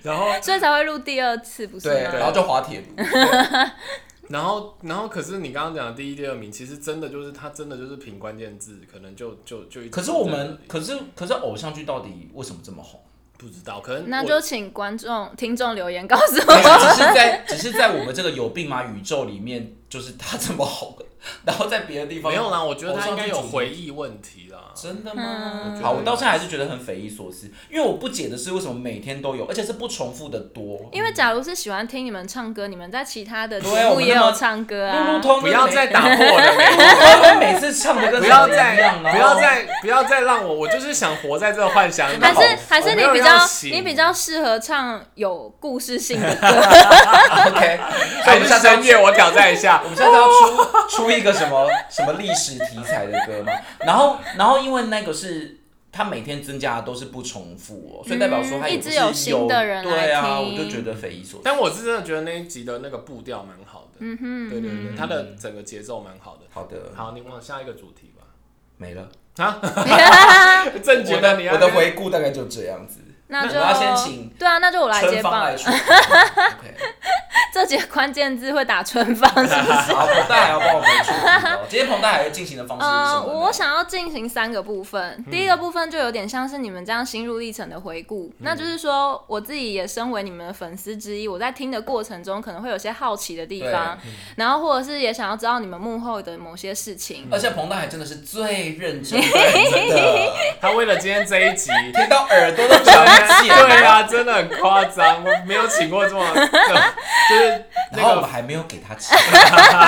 C: 然后
A: 所以才会录第二次，不是啊
B: 对，
A: 吗？
B: 然后就滑铁卢，
C: 然后然后可是你刚刚讲的第一、第二名，其实真的就是他真的就是凭关键字，可能就就就一直
B: 可是我们，可是可是偶像剧到底为什么这么红？
C: 不知道，可能
A: 那
C: 我
A: 就请观众、听众留言告诉
B: 没有
A: 我。
B: 只是在只是在我们这个有病吗宇宙里面，就是他这么红，然后在别的地方
C: 没有啦，我觉得
B: 偶
C: 他
B: 像
C: 应该
B: 剧
C: 有
B: 主题
C: 回忆问题啦。
B: 真的
A: 嗯
B: 吗
C: 我？觉
B: 好，
C: 得
B: 我到现在还是觉得很匪夷所思，因为我不解的是为什么每天都有，而且是不重复的多。
A: 因为假如是喜欢听你们唱歌，你们在其他的节
B: 对啊
A: 目
B: 我们
A: 也
B: 那么
A: 有唱歌
B: 路
A: 啊
B: 路。通
C: 不要再打破
B: 破，
C: 我的 美梦。
B: 他们每次唱的跟
C: 不要
B: 什么一
C: 再
B: 样啊了，
C: 不要再不要再让我，我就是想活在这个幻想里。
A: 还是
B: 好
A: 还是
C: 我
A: 你
C: 没有
A: 比
C: 要
A: 较
C: 醒
A: 你比较适合唱有故事性的 歌，
B: OK，所以
C: 还
B: 我们
C: 是
B: 下次要
C: 深夜我挑战一下
B: 我。们现在要出出一个什么 什么历史题材的歌吗？然后然后因为那个是。他每天增加的都是不重复哦，所以代表说他
A: 嗯
B: 也
A: 一
B: 不
A: 直
B: 是
A: 有新的人来
B: 对啊，我
A: 听
B: 就觉得匪夷所思。
C: 但我是真的觉得那一集的那个步调蛮好的，
A: 嗯哼，
C: 对对对，它的整个节奏蛮好的。
B: 好的，
C: 好，你往下一个主题 吧。
B: 没了。
C: 正觉得你
B: 我的回顾大概就这样子。
A: 那
B: 我
A: 就
B: 要先请
A: 对啊，那就我来接
B: 春芳
A: 棒
B: 来。说。OK，
A: 这节关键字会打春芳 是不是？
B: 好，彭大还要帮我们出题哦。今天彭大还要进行的嗯方式是什
A: 呃，
B: 么呢？
A: 我想要进行三个部分。第一个部分就有点像是你们这样心路历程的回顾，那
B: 嗯
A: 就是说我自己也身为你们的粉丝之一，我在听的过程中可能会有些好奇的地方，
B: 嗯
A: 然后或者是也想要知道你们幕后的某些事情。
B: 而且彭大还真的是最认 真的，真的，
C: 他为了今天这一集，
B: 听到耳朵都长茧。
C: 对啊，真的很夸张，我没有请过这么，就是那
B: 然后我
C: 个
B: 们还没有给他吃，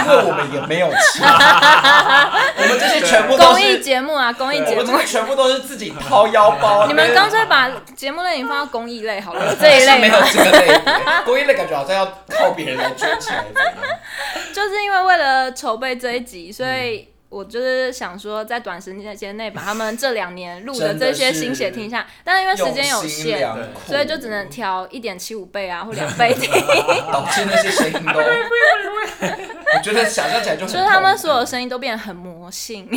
B: 因为我们也没有 吃，我们这些全部都
A: 公益
B: 是，
A: 节目啊，公益
B: 我
A: 节
B: 们这
A: 目
B: 些，全部都是自己掏腰包。
A: 你们干脆把节目类型放到公益类好了，这一
B: 还 是
A: 类
B: 没有
A: 嘛，
B: 这个类别，公益类感觉好像要靠别人来圈起来一样。
A: 就是因为为了筹备这一集，所
B: 嗯
A: 以。我就是想说，在短时间内把他们这两年录的这些心血听下，但是因为时间有
B: 用心
A: 限，
B: 良
C: 对
B: 苦，
A: 所以就只能调一点七五倍啊，或两倍 听，
B: 导致那些声音 都，我觉得想象起来就很
A: 就是他们
B: 痛苦
A: 所有声音都变得很魔性。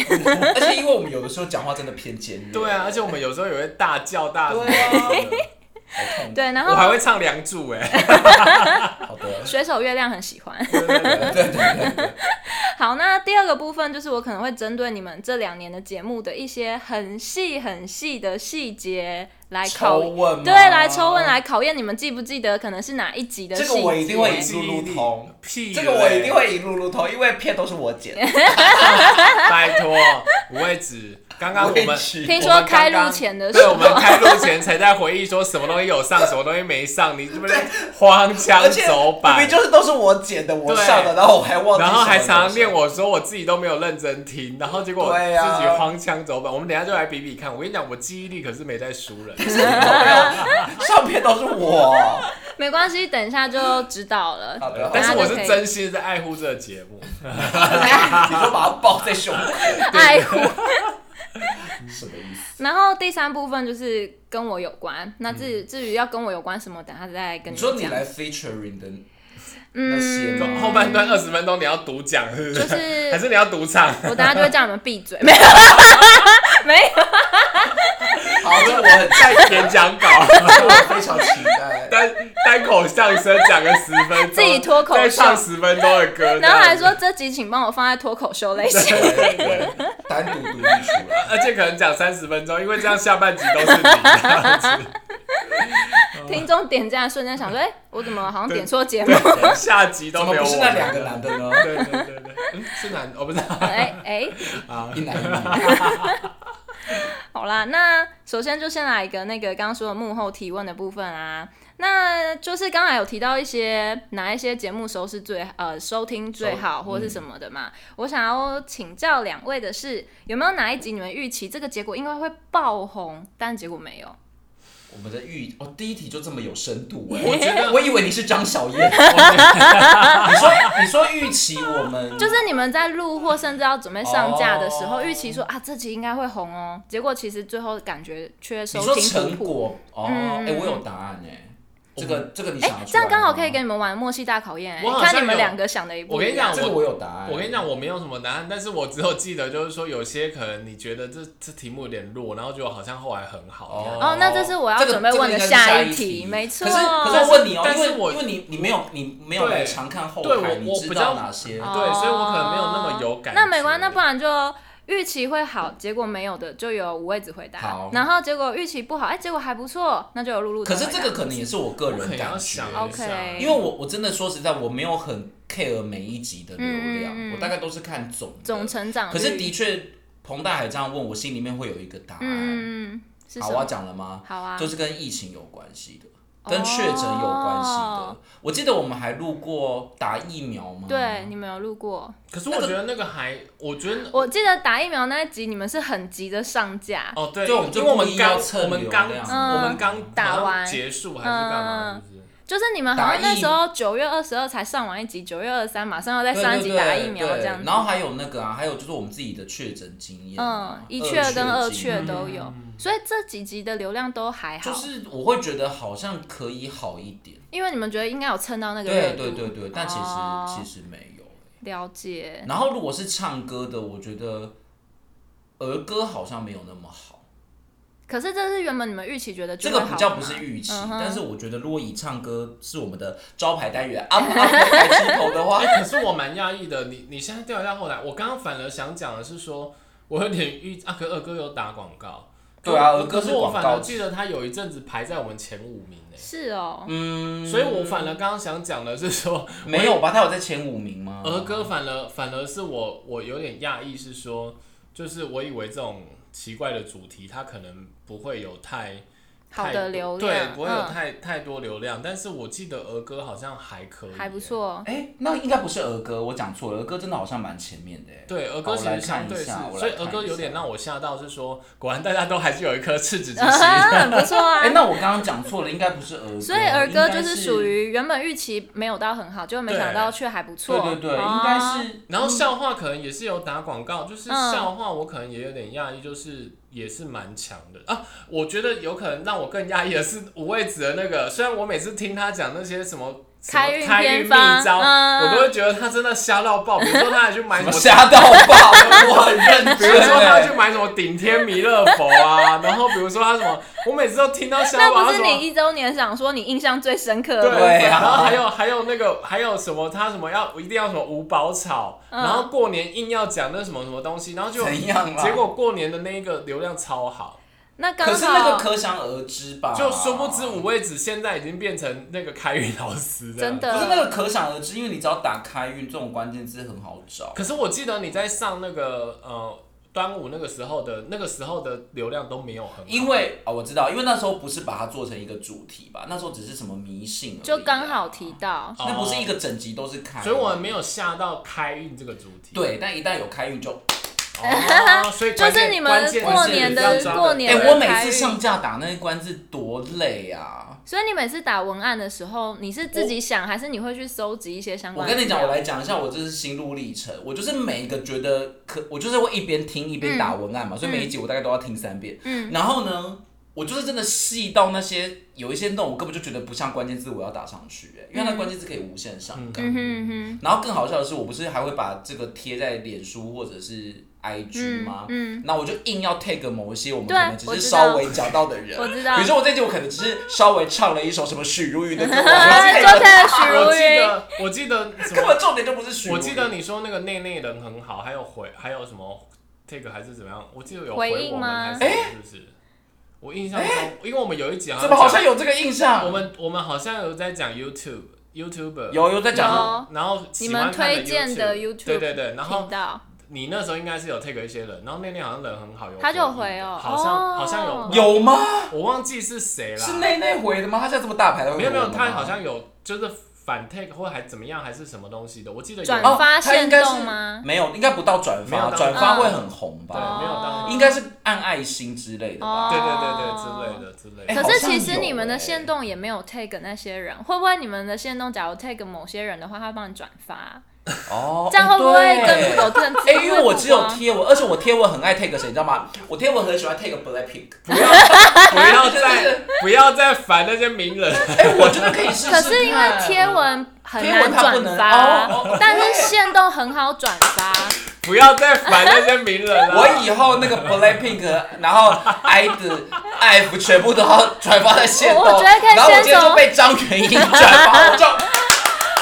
B: 而且因为我们有的时候讲话真的偏尖锐，
C: 对啊，而且我们有时候也会大叫大
B: 对啊
C: 喊，
B: 好痛苦，
A: 对，然
C: 我还
A: 后
C: 会唱《梁祝》哎，
B: 好的，
A: 水手月亮很喜欢。
B: 对对对 对对对，
A: 好，那第二个部分就是我可能会针对你们这两年的节目的一些很细很细的细节来
B: 抽
A: 考，
B: 问吗
A: 对，来抽问。来考验你们记不记得可能是哪一集的细
B: 啊这
A: 节。
B: 个我一定会一路路通，
C: 屁嘞，
B: 这个我一定会一路路通，因为片都是我剪的。
C: 拜托，五位子，刚刚我
B: 我
C: 们
B: 也。去
A: 听
C: 我
A: 说
C: 们
A: 开
C: 刚
A: 录
C: 刚
A: 前的时
C: 对，我们
A: 候，
C: 开录前才在回忆说什么东西有上，什么东西没上，你是不是荒腔
B: 而且
C: 走
B: 明
C: 板
B: 明？就是都是我剪的，我
C: 对
B: 上的，然后我还忘记什么东西，
C: 然后还常 常念我说我自己都没有认真听，然后结果自
B: 对啊
C: 己荒腔走板。我们等一下就来比比看。我跟你讲，我记忆力可是没在输人。
B: 上片都是 我。
A: 没关系，等一下就知道了。
B: 好的，
C: 但
B: 但
C: 是
B: 是
C: 我是真心在爱护这个节 目，
B: 你说把它抱在胸 口，
A: 爱护。
B: 什么意思？
A: 然后第三部分就是跟我有关，那至于至于要跟我有关什么，等下再跟
B: 嗯
A: 们
B: 你说你
A: 讲。
B: 来 featuring 的那些
A: 嗯，
B: 吗
C: 后半段二十分钟你要独讲，是不？
A: 就是
C: 还是你要独唱？
A: 嗯我等下就会叫你们闭 嘴，没有，没有。
B: 好，这我很在，
C: 在演讲稿，
B: 我非常期待。
C: 单单口相声讲个十分钟，
A: 自己脱口秀
C: 再唱十分钟的歌，
B: 啊
A: 然后还
C: 这样
A: 说这集请帮我放在脱口秀类型，
B: 对对，单独独立出啊来。
C: 而且可能讲三十分钟，因为这样下半集都是你这 样子。
A: 听众点进来瞬间想说，哎、我怎么好像点错节目？
C: 对，下集都
B: 怎
C: 没
B: 么
C: 有
B: 不
C: 我
B: 是
C: 们
B: 那两个男的呢？
C: 对对对对，嗯是 男，我不知道。
A: 哎哎、
B: 一男一 女，
A: 好啦，那首先就先来一个那个刚刚说的幕后提问的部分啊，那就是刚才有提到一些哪一些节目收视最呃收听最好或是什么的嘛，我想要请教两位的是，有没有哪一集你们预期这个结果应该会爆红，但结果没有？
B: 我们的预哦，第一题就这么有深度哎、
C: 我觉得
B: 我以为你是张小 燕，你说你说预期我们
A: 就是你们在录或甚至要准备上架的时候，
B: 哦
A: 预、期说啊这集应该会红哦，结果其实最后感觉却收
B: 你说
A: 听
B: 成
A: 普普。
B: 果哦，哎、
A: 嗯嗯哎
B: 我有答案哎、这
C: 哦
B: 个这个你想得出来吗、
A: 这样刚好可以给你们玩默契大考验、
C: 我好
A: 欸，
C: 像
A: 看你们
C: 有
A: 两个想的一步
C: 我跟你
A: 一样
C: 讲
B: 这个我有答案，
C: 我跟你讲，我没有什么答案，但是我只有记得，就是说有些可能你觉得这这题目有点弱，然后就好像后来很好。
B: 哦
A: 哦，那这是我要
B: 这个
A: 准备问的
B: 这个应该是下
A: 一
B: 题，
A: 没错。
B: 可是可是我问你哦，
C: 但
B: 因
C: 是
B: 为
C: 我
B: 因为你你没有你没有
C: 对
B: 来常看后
C: 对
B: 台，
C: 我
B: 你
C: 我
B: 知
C: 比
B: 道
C: 较
B: 哪些？
C: 哦对所以我可能没有那么有感觉
A: 哦那没关系，那不然就预期会好，结果没有的就有五位子回答
B: 好，
A: 然后结果预期不好，哎，结果还不错，那就有露露。
B: 可是这个可能也是我个
C: 我可
B: 人
C: 能要
B: 感觉
C: 想，
A: 哦
C: 一下
A: OK
B: 因为我我真的说实在，我没有很 care 每一集的流量，
A: 嗯嗯嗯
B: 我大概都是看总的
A: 总成长率，
B: 可是的确，彭大海这样问我，心里面会有一个答案。
A: 嗯，嗯嗯，是
B: 好，
A: 什
B: 我要
A: 么？
B: 讲了吗？
A: 好啊，
B: 就是跟疫情有关系的，
A: 哦
B: 跟确诊有关系的。我记得我们还录过打疫苗吗？
A: 对，你们有录过？
C: 可是我觉得那个还，我觉得
A: 我记得打疫苗那一集，你们是很急着上架，
C: 哦对，
B: 就我
C: 因
B: 们
C: 为
B: 就
C: 因为我
B: 故
C: 们
B: 意
C: 刚
B: 要蹭
C: 我们
B: 流
C: 刚
B: 量
C: 我们刚
A: 嗯打
C: 好像
A: 完
C: 结束还是干嘛？
A: 嗯
C: 是不是
A: 就是你们好像那时
B: 打
A: 候九月二十二才上完一集，九月二十三马上要再
B: 对
A: 上一集打疫苗
B: 对对
A: 这样子。
B: 然后还有那个啊，还有就是我们自己的确诊经验啊，
A: 嗯，一确跟二
B: 经验
A: 确都有，
C: 嗯
A: 所以这几集的流量都还好，
B: 就是我会觉得好像可以好一点。
A: 因为你们觉得应该有蹭到那个热
B: 对
A: 度。
B: 对对对，但其实、
A: 哦
B: 其实没有。
A: 了解。
B: 然后如果是唱歌的，我觉得儿歌好像没有那么好。
A: 可是这是原本你们预期觉得
B: 这
A: 就会
B: 个
A: 好的
B: 比较
A: 吗
B: 不是预期，
A: 嗯哼
B: 但是我觉得如果以唱歌是我们的招牌单元 up up 抬起头的话，
C: 哎可是我蛮讶异的，你你现在掉到后来，我刚刚反而想讲的是说，我有点预啊，可二哥有打广告，
B: 对啊
C: 可
B: 二哥
C: 可
B: 是
C: 是我
B: 广
C: 反
B: 告
C: 而记得他有一阵子排在我们前五名诶、
A: 是哦，
B: 嗯，
C: 所以我反而刚刚想讲的是说，
B: 没有吧？他有在前五名吗？
C: 儿歌反而反而是我我有点讶异，是说，就是我以为这种奇怪的主题，它可能不会有太
A: 好的
C: 太多
A: 流量
C: 对，不会有
A: 嗯
C: 太、太多流量。但是我记得儿歌好像还可以，
A: 还不。错。
B: 哎、那应该不是儿歌，我讲错了，儿歌真的好像蛮前面的耶。
C: 对，儿
B: 好
C: 歌
B: 我
C: 其
B: 来
C: 实
B: 看
C: 相
B: 一
C: 对是
B: 下我，来
C: 所以
B: 看一
C: 儿歌有点
B: 下
C: 让我吓到，是说果然大家都还是有一颗赤子之 心。
A: 很不错
B: 哎、
A: 啊。
B: 那我刚刚讲错了，应该不是儿歌，
A: 所以儿歌
B: 应
A: 就
B: 该
A: 是
B: 是
A: 属于原本预期没有到很好，就没想到却还不错。
B: 对对对，应该
A: 哦
B: 是
C: 然后笑话可能也是有打广告，就是
A: 嗯
C: 笑话我可能也有点讶异，就是也是蛮强的啊。我觉得有可能让我更讶异的是五味子的那个，虽然我每次听他讲那些什么。什么
A: 开运
C: 开运
A: 偏
C: 秘
A: 方
C: 招，
A: 嗯
C: 我都会觉得他真的瞎到爆。比如说，他还去买
B: 什么
C: 什么
B: 吓到爆，我很认
C: 比如
B: 真
C: 说他
B: 耶。
C: 去买什么顶天弥勒佛啊， 然后比如说他什么，我每次都听到瞎
A: 那
C: 到
A: 不
C: 他
A: 是
C: 什
A: 你
C: 么。
A: 一周年想说你印象最深刻的？
C: 对
B: 啊
C: 然后还有还有那个还有什么，他什么要一定要什么五宝草，
A: 嗯
C: 然后过年硬要讲那什么什么东西，然后就
B: 怎样啊啦？
C: 结果过年的那一个流量超好，
A: 那刚
B: 可是那个
A: 好
B: 可想而知吧？
C: 就殊不知五味子现在已经变成那个开运老师这
A: 真。
C: 样
A: 的
B: 不是那个可想而知，因为你只要打开运这种关键字很好找。
C: 可是我记得你在上那个呃端午那个时候的那个时候的流量都没有很好，
B: 因为啊、我知道，因为那时候不是把它做成一个主题吧，那时候只是什么迷信而已啊
A: 就刚好提，到，
B: 那不是一个整集都是开，
C: 哦所以我们没有下到开运这个主题。
B: 对，但一旦有开运就，
C: 哦，所以
A: 就
C: 关键
A: 是你们过年
C: 关键
A: 的
C: 是要抓
A: 过
B: 哎、
A: 年的
B: 我每
A: 开
B: 次
A: 运
B: 上架打那些关字多累啊！
A: 所以你每次打文案的时候，你是自己想，还是你会去搜集一些相
B: 我
A: 关的
B: 跟
A: 资
B: 你
A: 料？
B: 讲，我来讲一下我这是心路历程。我就是每一个觉得可，我就是会一边听一边打文案嘛，所以每一集我大概都要听三遍。
A: 嗯，
B: 然后呢，我就是真的细到那些有一些那种我根本就觉得不像关键字，我要打上去、欸，因为它关键字可以无限上纲。
A: 嗯哼嗯哼，
B: 然后更好笑的是，我不是还会把这个贴在脸书或者是 IG 吗？
A: 嗯
B: 那我就硬要 take 某一些我们可
A: 对啊
B: 能只
A: 我
B: 是
A: 知
B: 稍
A: 道
B: 微讲到的人，
A: 我知道
B: 比如说我这集我可能只是稍微唱了一首什么许茹 芸的歌，我
A: 啊，
B: 配
A: 就
B: 了
A: 看
B: 她
A: 许
C: 我
A: 茹
C: 记
A: 芸，
C: 得我记得什
B: 根本
C: 么？
B: 重点就不是许茹
C: 我
B: 芸。
C: 记得你说那个内内人很好，还有回还有什么这个还是怎么样？我记得有
A: 回
C: 回
A: 应
C: 我们
A: 吗
C: 还是什么是不是？我印象中，因为我们有一集
B: 哎怎么好像
C: 讲
B: 有这个印象？
C: 我们我们好像有在讲 YouTube YouTuber，
B: 有有在讲
A: 有
B: 吗，
C: 然后
A: 哦你
C: 喜欢
A: 们
C: 看
A: 推荐的 YouTube
C: 对对对，然后
A: 频道，
C: 你那时候应该是有 take 一些人，然后内内好像人很好，有
A: 他就有
C: 回应
A: 回哦
C: 好像
A: 哦
C: 好像有
B: 有吗？
C: 我忘记是谁啦，
B: 是内内回的吗？他现在这么大牌的，
C: 没有没有，他好像有就是反 take 或还怎么样，还是什么东西的，我记得有
A: 转
B: 哦
A: 发
B: 他应
A: 现
B: 该是
A: 动吗？
B: 没有，应该不到转
C: 没有
B: 发，
C: 到
B: 转
A: 嗯
B: 发会很红
C: 对，
B: 吧？
C: 没有到
A: 哦
B: 应该是按爱心之类的吧？
C: 对
A: 哦
C: 对对对之类的之类
B: 哎
C: 的。
A: 可
B: 好
A: 是
B: 像
A: 其实你
B: 有
A: 们的
B: 欸
A: 限动也没有 tag 那些人，会不会你们的限动假如 tag 某些人的话，他会帮你转发，
B: 哦，
A: 这样会不会更
B: 对
A: 有更？
B: 哎、因为我只有
A: 会不会曝光
B: 贴文，而且我贴文很爱 take 谁，你知道吗？我贴文很喜欢 take Blackpink。
C: 不要不 要
B: 就
C: 再哦不要再烦那些名人，
B: 哎、我觉得可以试试
A: 可
B: 看。
A: 是因为贴文很
B: 贴文
A: 难
B: 它不
A: 转
B: 能哦
A: 发， 但是限动很好转发。
C: 不要再烦那些名人了。
B: 我以后那个 Blackpink，然后 I 的 F 全部都要转发在线动，
A: 我我觉得可以
B: 然后我今天
A: 先
B: 就
A: 从
B: 被张元英转发，我就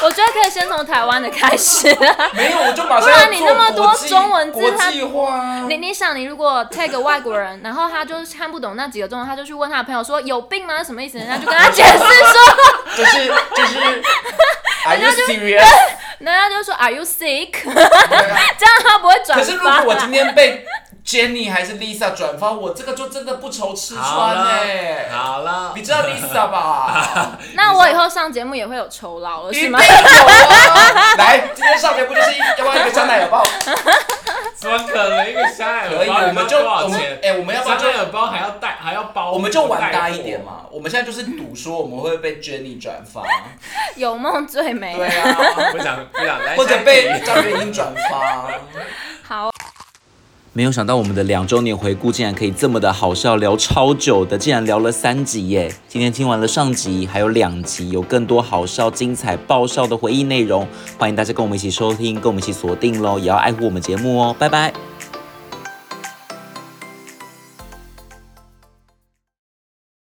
A: 我觉得可以先从台湾的开 始。
B: 没有，我就马上
A: 不
B: 要
A: 然你
B: 做
A: 那么
B: 国
A: 多
B: 际
A: 中文字
B: 国
A: 它
B: 际化啊。
A: 你你想，你如果 tag 外国人，然后他就看不懂那几个中文，他就去问他的朋友说有病吗？是什么意思？人家就跟他解释说，
B: 就是就是，Are you serious？啊
A: 人家就说 Are you sick？这样他不会转
B: 可是如
A: 发
B: 果我今
A: 啦。
B: 天被 Jenny 还是 Lisa 转发，我这个就真的不愁吃
C: 好
B: 穿
C: 了
B: 哎、
C: 好了
B: 你，知道 Lisa 吧？
A: 那我以后上节目也会有酬劳了，
B: 一定
A: 是
B: 有
A: 吗？
B: 啊！来，今天上节目就是一要不要一个香奈儿包？
C: 怎么可能一个香奈
B: 可
C: 儿
B: 以，
C: 包？
B: 我们就
C: 多少
B: 我们
C: 钱？
B: 哎、我们要不要
C: 香
B: 就
C: 奈儿包还要带还要包，
B: 我们就玩大一
C: 带货
B: 点。嘛？我们现在就是赌说我们会被 Jenny 转发，
A: 有梦最美。
B: 对啊，
C: 不想不想来，
B: 或者
C: 下
B: 被
C: 一 题
B: 张元英转发。
A: 好，
D: 没有想到我们的两周年回顾竟然可以这么的好笑，聊超久的，竟然聊了三集耶！今天听完了上集，还有两集，有更多好笑、精彩、爆笑的回忆内容，欢迎大家跟我们一起收听，跟我们一起锁定喽，也要爱护我们节目哦，拜拜。